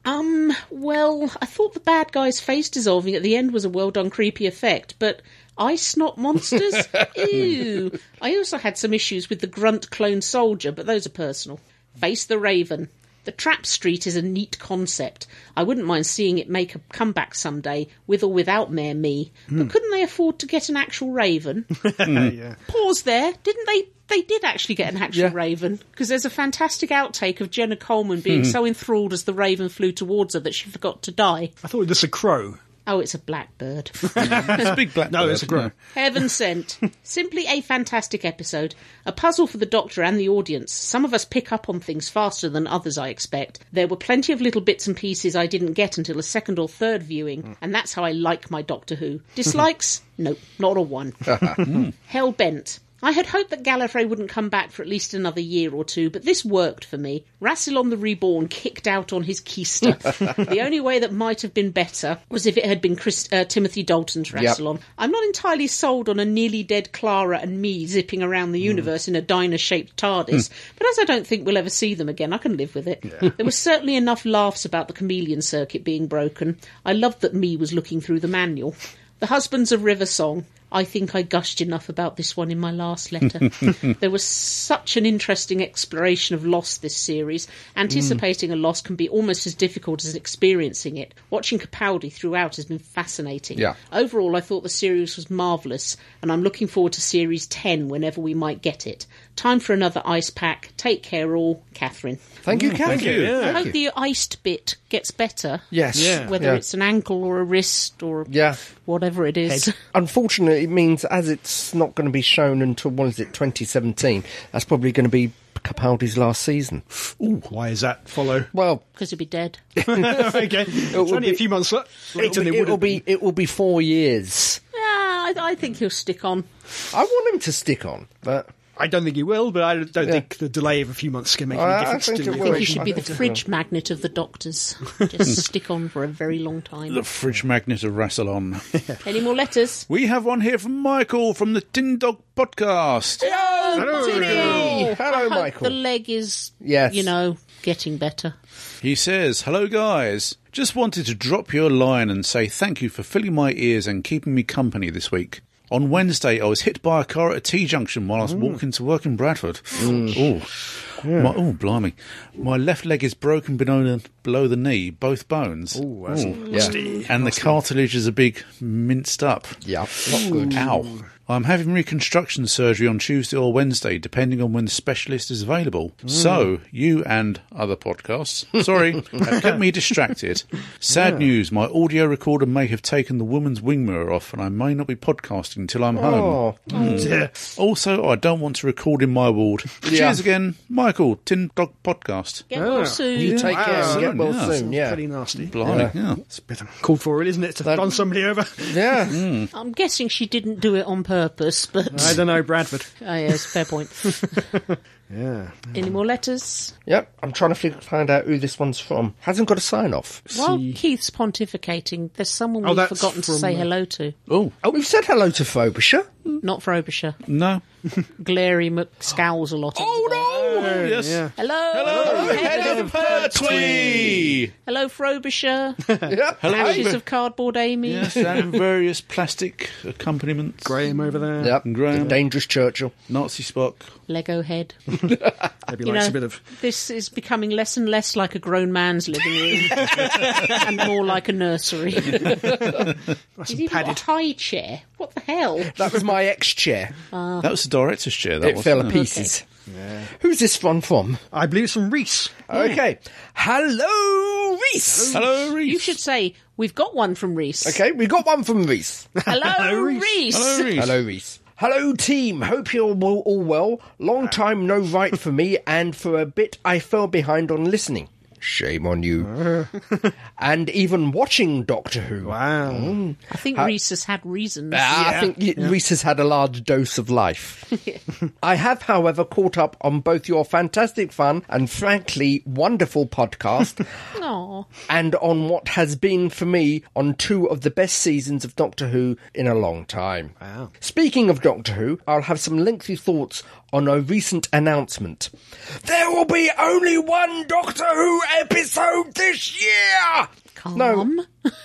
Um, well, I thought the bad guy's face dissolving at the end was a well done creepy effect, but I snot monsters? Ew. I also had some issues with the grunt clone soldier, but those are personal. Face the Raven. The trap street is a neat concept. I wouldn't mind seeing it make a comeback someday, with or without Mayor Me. But couldn't they afford to get an actual Raven?
yeah.
Pause there. Didn't they? They did actually get an actual Raven because there's a fantastic outtake of Jenna Coleman being so enthralled as the Raven flew towards her that she forgot to die.
I thought this was a crow.
Oh, it's a blackbird.
It's a big black.
No, it's a
bird,
crow.
yeah.
Heaven sent. Simply a fantastic episode. A puzzle for the Doctor and the audience. Some of us pick up on things faster than others, I expect. There were plenty of little bits and pieces I didn't get until a second or third viewing, and that's how I like my Doctor Who. Dislikes? nope, not a one. Hell bent. I had hoped that Gallifrey wouldn't come back for at least another year or two, but this worked for me. Rassilon the Reborn kicked out on his keister. the only way that might have been better was if it had been Chris, uh, Timothy Dalton's Rassilon. I'm not entirely sold on a nearly dead Clara and me zipping around the universe in a diner shaped TARDIS, but as I don't think we'll ever see them again, I can live with it. there was certainly enough laughs about the chameleon circuit being broken. I loved that me was looking through the manual. The Husbands of River song. I think I gushed enough about this one in my last letter. there was such an interesting exploration of loss this series. Anticipating a loss can be almost as difficult as experiencing it. Watching Capaldi throughout has been fascinating.
Yeah.
Overall, I thought the series was marvellous, and I'm looking forward to series 10 whenever we might get it. Time for another ice pack. Take care, all. Catherine.
Thank you, Catherine.
you. Yeah.
I hope the iced bit gets better.
Yes.
Yeah.
Whether
Yeah.
it's an ankle or a wrist or
Yeah.
whatever it is.
Unfortunately, it means as it's not going to be shown until, what is it, 2017, that's probably going to be Capaldi's last season.
Ooh, why is that follow?
Well,
Because he'd be dead.
okay, it's
will
only
be-
a few months la- later.
it'll,
than
be,
it
it'll
would've
be it will be four years.
Yeah, I, I think he'll stick on.
I want him to stick on, but
I don't think he will, but I don't think the delay of a few months can make
I- I
any difference.
think
to
it
me.
will.
I think
Well,
he should be
I
the
think so.
fridge magnet of the doctors. Just stick on for a very long
The
time.
fridge magnet of Rassilon.
Any more letters?
we have one here from Michael from the Tin Dog Podcast.
hello, Michael.
Oh, I
hello,
hope
Michael.
The leg is,
Yes.
you know, getting better.
He says, Hello, guys. Just wanted to drop you a line and say thank you for filling my ears and keeping me company this week. On Wednesday, I was hit by a car at a T junction while I was walking to work in Bradford. Oh, my, oh, blimey! My left leg is broken below the, below the knee, both bones.
Ooh, that's nasty.
And the cartilages are big, minced up.
yeah, not good.
Ow. I'm having reconstruction surgery on Tuesday or Wednesday, depending on when the specialist is available.
Mm.
So, you and other podcasts, sorry, have kept me distracted. Sad news my audio recorder may have taken the woman's wing mirror off, and I may not be podcasting till I'm home.
Oh, dear.
Also, I don't want to record in my ward.
Yeah.
Cheers again, Michael, Tin Dog Podcast.
Get well soon.
Ah. you take care and
Wow.
get well
Yeah.
soon. Yeah,
Pretty nasty.
Blimey, yeah.
It's a bit called for, it, isn't it? To run somebody over.
yeah.
Mm.
I'm guessing she didn't do it on purpose, but
I don't know, Bradford.
oh, yes, fair point.
Yeah.
Any more letters?
Yep, I'm trying to fig- find out who this one's from. Hasn't got a sign off.
While Keith's pontificating, there's someone
Oh,
we've
that's
forgotten to
from,
say
uh,
hello to.
Oh,
Oh, we've said hello to Frobisher.
Not Frobisher.
no.
Glary McScowls a lot.
Oh,
no! Yes.
Yeah.
Hello. Hello.
Head of Pertwee!
Hello, Frobisher.
Yeah.
Ashes of cardboard, Amy.
Yes, and various plastic accompaniments.
Graham over there.
Yep.
Graham.
The dangerous Churchill.
Nazi Spock.
Lego head.
Maybe
You
likes
know,
a bit of.
this is becoming less and less like a grown man's living room and more like a nursery. He's even got
padded.
a high chair. What the hell?
That was my ex chair.
that was the director's chair. That
Ah. it
was
fell to pieces. Who's this one from?
I believe it's from Reese.
Okay. Hello, Reese.
Hello, Reese.
You should say, We've got one from Reese.
Okay, we got one from Reese.
Hello, Reese.
Hello, Reese.
Hello, Reese. Ah. Hello, team. Hope you're all, all well. Long time no write for me, and for a bit I fell behind on listening. Shame on you. and even watching Doctor Who.
Wow.
Mm.
I think Reese has had reasons.
Ah, I think y Reese has had a large dose of life. I have, however, caught up on both your fantastic fun and frankly wonderful podcast
Aw.
and on what has been for me on two of the best seasons of Doctor Who in a long time. Wow. Speaking of Doctor Who, I'll have some lengthy thoughts on a recent announcement. There will be only one Doctor Who episode this year.
Calm.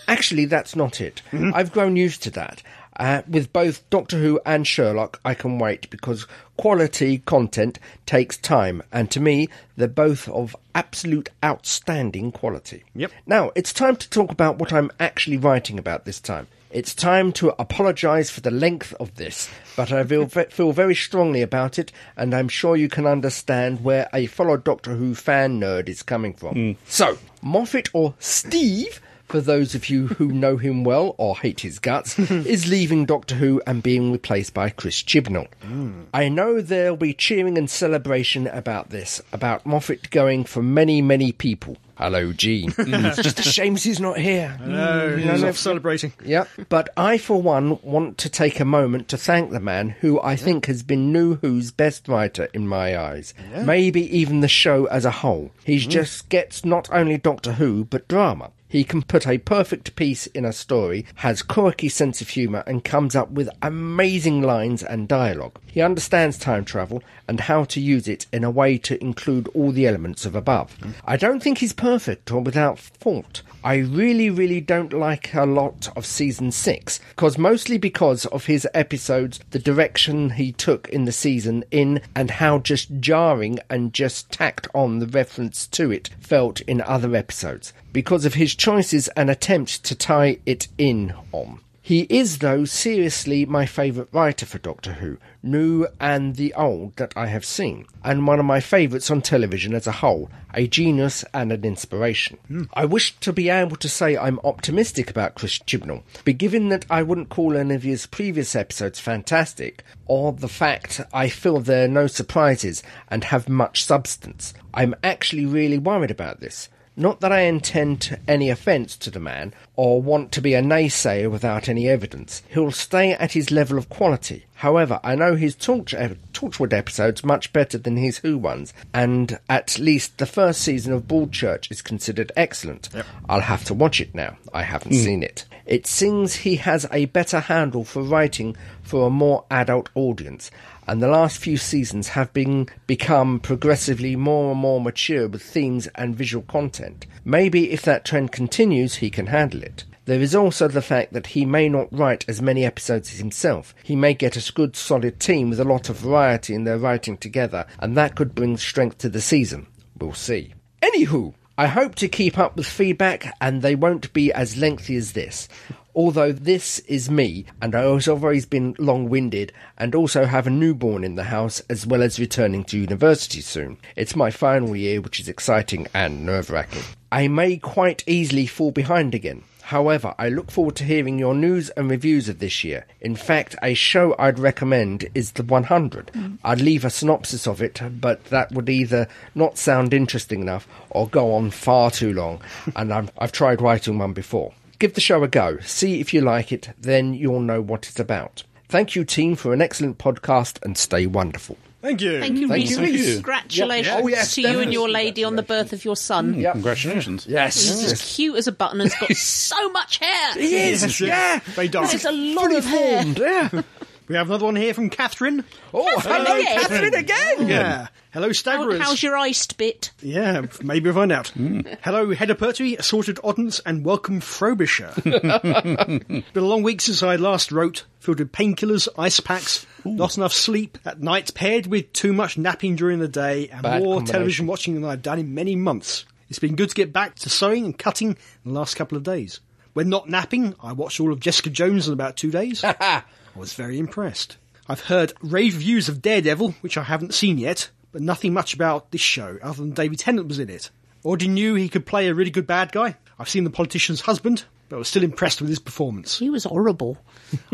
Actually, that's not it. I've grown used to that. Uh, with both Doctor Who and Sherlock, I can wait because quality content takes time, and to me, they're both of absolute outstanding quality.
Yep.
Now, it's time to talk about what I'm actually writing about this time. It's time to apologise for the length of this, but I feel, feel very strongly about it, and I'm sure you can understand where a fellow Doctor Who fan nerd is coming from. So, Moffat or Steve, for those of you who know him well or hate his guts, is leaving Doctor Who and being replaced by Chris Chibnall.
Mm.
I know there'll be cheering and celebration about this, about Moffat going for many, many people. Hello, Gene. it's just a shame he's not here. Mm,
No, Oh, he's off celebrating.
Yeah, but I, for one, want to take a moment to thank the man who I think has been New Who's best writer in my eyes. Maybe even the show as a whole. He just gets not only Doctor Who, but drama. He can put a perfect piece in a story, has quirky sense of humour, and comes up with amazing lines and dialogue. He understands time travel and how to use it in a way to include all the elements of above. I don't think he's perfect or without fault. I really, really don't like a lot of season six, because mostly because of his episodes, the direction he took in the season in, and how just jarring and just tacked on the reference to it felt in other episodes, because of his choices and attempt to tie it in on. He is, though, seriously my favourite writer for Doctor Who, new and the old that I have seen, and one of my favourites on television as a whole, a genius and an inspiration. I wish to be able to say I'm optimistic about Chris Chibnall, but given that I wouldn't call any of his previous episodes fantastic, or the fact I feel there are no surprises and have much substance, I'm actually really worried about this. Not that I intend any offence to the man or want to be a naysayer without any evidence. He'll stay at his level of quality. However, I know his Torch- eh, Torchwood episodes much better than his Who ones, and at least the first season of Broadchurch is considered excellent. I'll have to watch it now. I haven't seen it. It seems he has a better handle for writing for a more adult audience and the last few seasons have been become progressively more and more mature with themes and visual content. Maybe if that trend continues, he can handle it. There is also the fact that he may not write as many episodes as himself. He may get a good solid team with a lot of variety in their writing together, and that could bring strength to the season. We'll see. Anywho, I hope to keep up with feedback and they won't be as lengthy as this. Although this is me, and I also have always been long winded, and also have a newborn in the house, as well as returning to university soon. It's my final year, which is exciting and nerve wracking. I may quite easily fall behind again. However, I look forward to hearing your news and reviews of this year. In fact, a show I'd recommend is The 100. I'd leave a synopsis of it, but that would either not sound interesting enough or go on far too long, and I'm, I've tried writing one before. Give the show a go, see if you like it, then you'll know what it's about. Thank you, team, for an excellent podcast and stay wonderful.
Thank you.
Thank you,
Thank
Reese.
you,
and
Reese.
Congratulations
Yep. Oh, yes,
to you and
definitely. Mm,
your lady on the birth of your son.
Congratulations.
Yes.
He's as cute as a button and has got so much hair.
Yes, yeah.
They
This
died.
is a lot of hair.
Formed, yeah.
We have another one here from Catherine.
Oh, hello,
again.
Catherine again.
Yeah. Hello, Staggerers.
How- How's your iced bit?
Yeah, maybe we'll find out.
Hmm.
Hello, Head of Pertwee, Assorted Oddance, and welcome, Frobisher. Been a long week since I last wrote, filled with painkillers, ice packs, not enough sleep at night, paired with too much napping during the day, and
Bad
more
combination.
television watching than I've done in many months. It's been good to get back to sewing and cutting in the last couple of days. When not napping, I watched all of Jessica Jones in about two days. I was very impressed. I've heard rave reviews of Daredevil, which I haven't seen yet, but nothing much about this show other than David Tennant was in it. Already knew he could play a really good bad guy. I've seen The Politician's Husband, but I was still impressed with his performance.
He was horrible.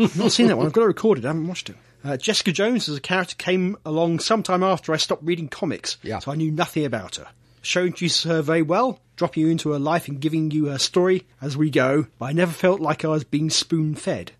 I've not seen that one. I've got it recorded. I haven't watched it. Uh, Jessica Jones as a character came along sometime after I stopped reading comics,
Yeah.
so I knew nothing about her. The show introduces her very well, dropping you into her life and giving you her story as we go, but I never felt like I was being spoon fed.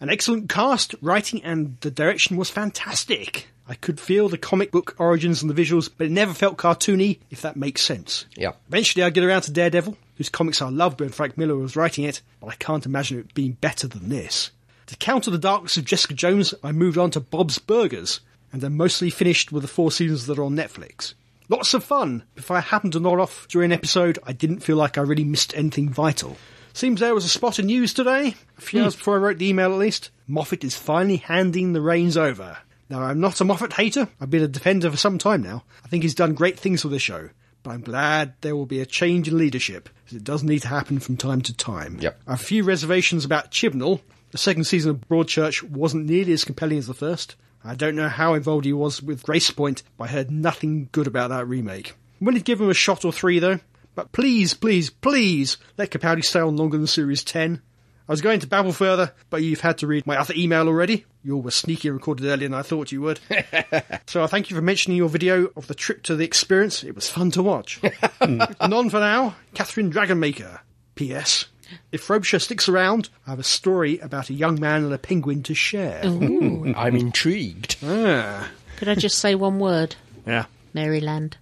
An excellent cast, writing, and the direction was fantastic. I could feel the comic book origins and the visuals, but it never felt cartoony, if that makes sense.
Yeah.
Eventually, I get around to Daredevil, whose comics I loved when Frank Miller was writing it, but I can't imagine it being better than this. To counter the darkness of Jessica Jones, I moved on to Bob's Burgers, and then mostly finished with the four seasons that are on Netflix. Lots of fun. but If I happened to nod off during an episode, I didn't feel like I really missed anything vital. Seems there was a spot in news today. A few hours before I wrote the email, at least. Moffat is finally handing the reins over. Now, I'm not a Moffat hater. I've been a defender for some time now. I think he's done great things for the show. But I'm glad there will be a change in leadership, because it does need to happen from time to time.
Yep.
I have a few reservations about Chibnall. The second season of Broadchurch wasn't nearly as compelling as the first. I don't know how involved he was with Grace Point, but I heard nothing good about that remake. I'm willing to give him a shot or three, though. But please, please, please let Capaldi stay on longer than Series 10. I was going to babble further, but you've had to read my other email already. You all were sneaky and recorded earlier than I thought you would. so I thank you for mentioning your video of the trip to the experience. It was fun to watch. Mm. and on for now, Catherine Dragonmaker. P.S. If Frobisher sticks around, I have a story about a young man and a penguin to share.
I'm intrigued.
Ah.
Could I just say one word?
Yeah.
Maryland.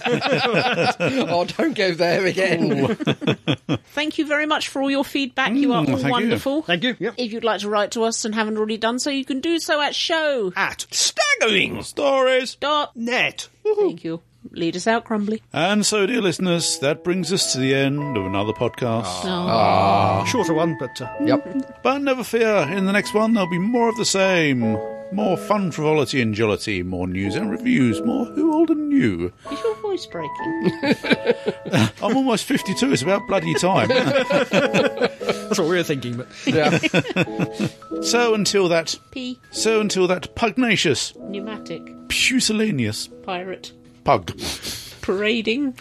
oh, don't go there again.
Thank you very much for all your feedback. you
Mm,
are all
thank you.
wonderful.
Thank you. Yep.
If you'd like to write to us and haven't already done so, you can do so at show.
At
Staggering.
Stories!
Dot.
net.
Thank you. Lead us out, Crumbly.
And so, dear listeners, that brings us to the end of another podcast.
Ah.
Shorter one, but uh,
Yep.
But never fear, in the next one there'll be more of the same. More fun, frivolity, and jollity, more news and reviews, more who old and new.
Is your voice breaking?
I'm almost 52, it's about bloody time.
that's what we were thinking. But
Yeah.
so until that,
P.
so until that pugnacious,
Pneumatic.
pusillanimous
Pirate.
pug
Parading.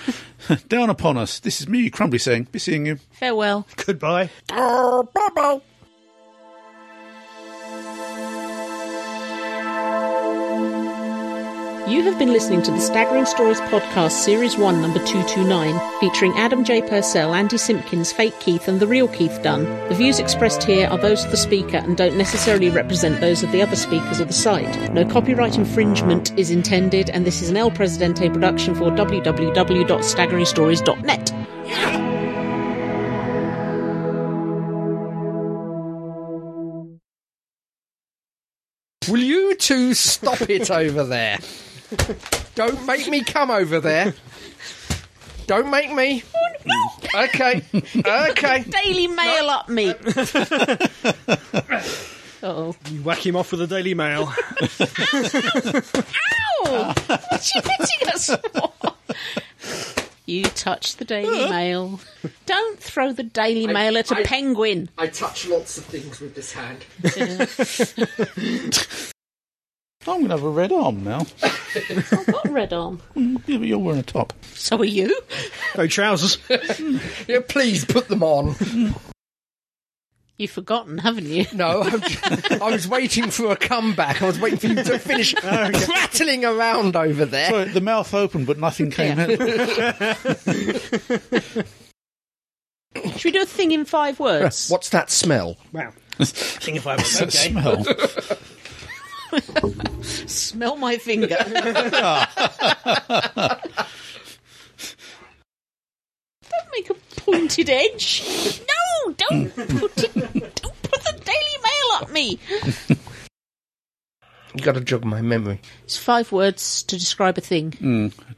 down upon us, this is me, Crumbly, saying, be seeing you.
Farewell.
goodbye.
You have been listening to the Staggering Stories podcast, Series 1, number 229, featuring Adam J. Purcell, Andy Simpkins, Fake Keith, and the real Keith Dunn. The views expressed here are those of the speaker and don't necessarily represent those of the other speakers of the site. No copyright infringement is intended, and this is an El Presidente production for www.staggeringstories.net.
Will you two stop it over there? Don't make me come over there. Don't make me. Okay. Okay.
Daily Mail up me. oh.
You whack him off with the Daily Mail.
Ow! Oh, What's she hitting us for? You touch the Daily Mail. Don't throw the Daily Mail at a
I-
penguin.
I touch lots of things with this hand.
I'm going to have a red arm now.
I've got red arm.
Yeah, but you're wearing a top.
So are you.
no trousers.
Yeah, please put them on.
You've forgotten, haven't you?
No, I'm j- I was waiting for a comeback. I was waiting for you to finish prattling around over there.
Sorry, the mouth opened, but nothing came
Yeah.
out.
Should we do a thing in five words?
What's that smell?
Wow. Thing if I was
That smell.
Smell my finger. don't make a pointed edge. No, don't put it. Don't put the Daily Mail up me.
You got to jog my memory.
It's five words to describe a thing.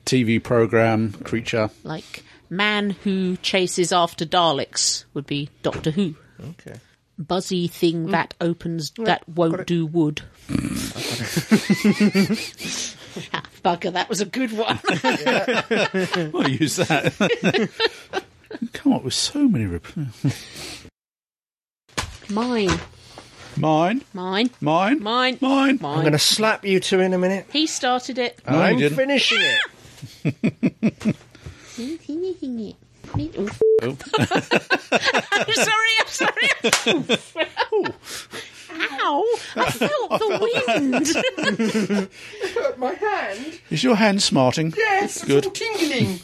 TV program, creature.
like man who chases after Daleks would be Doctor Who.
Okay.
Buzzy thing that opens that won't do wood. ah, bugger, that was a good one.
Well, use that. Come up with so many. Rep-
mine,
mine,
mine,
mine,
mine,
mine.
I'm Uh. going
mine.
to slap you two in a minute.
He started it.
No, you
I'm
didn't.
finishing it.
I'm sorry, I'm sorry. Ow! I felt the wind.
Hurt my hand.
Is your hand smarting?
Yes, it's
Good.
all tingling.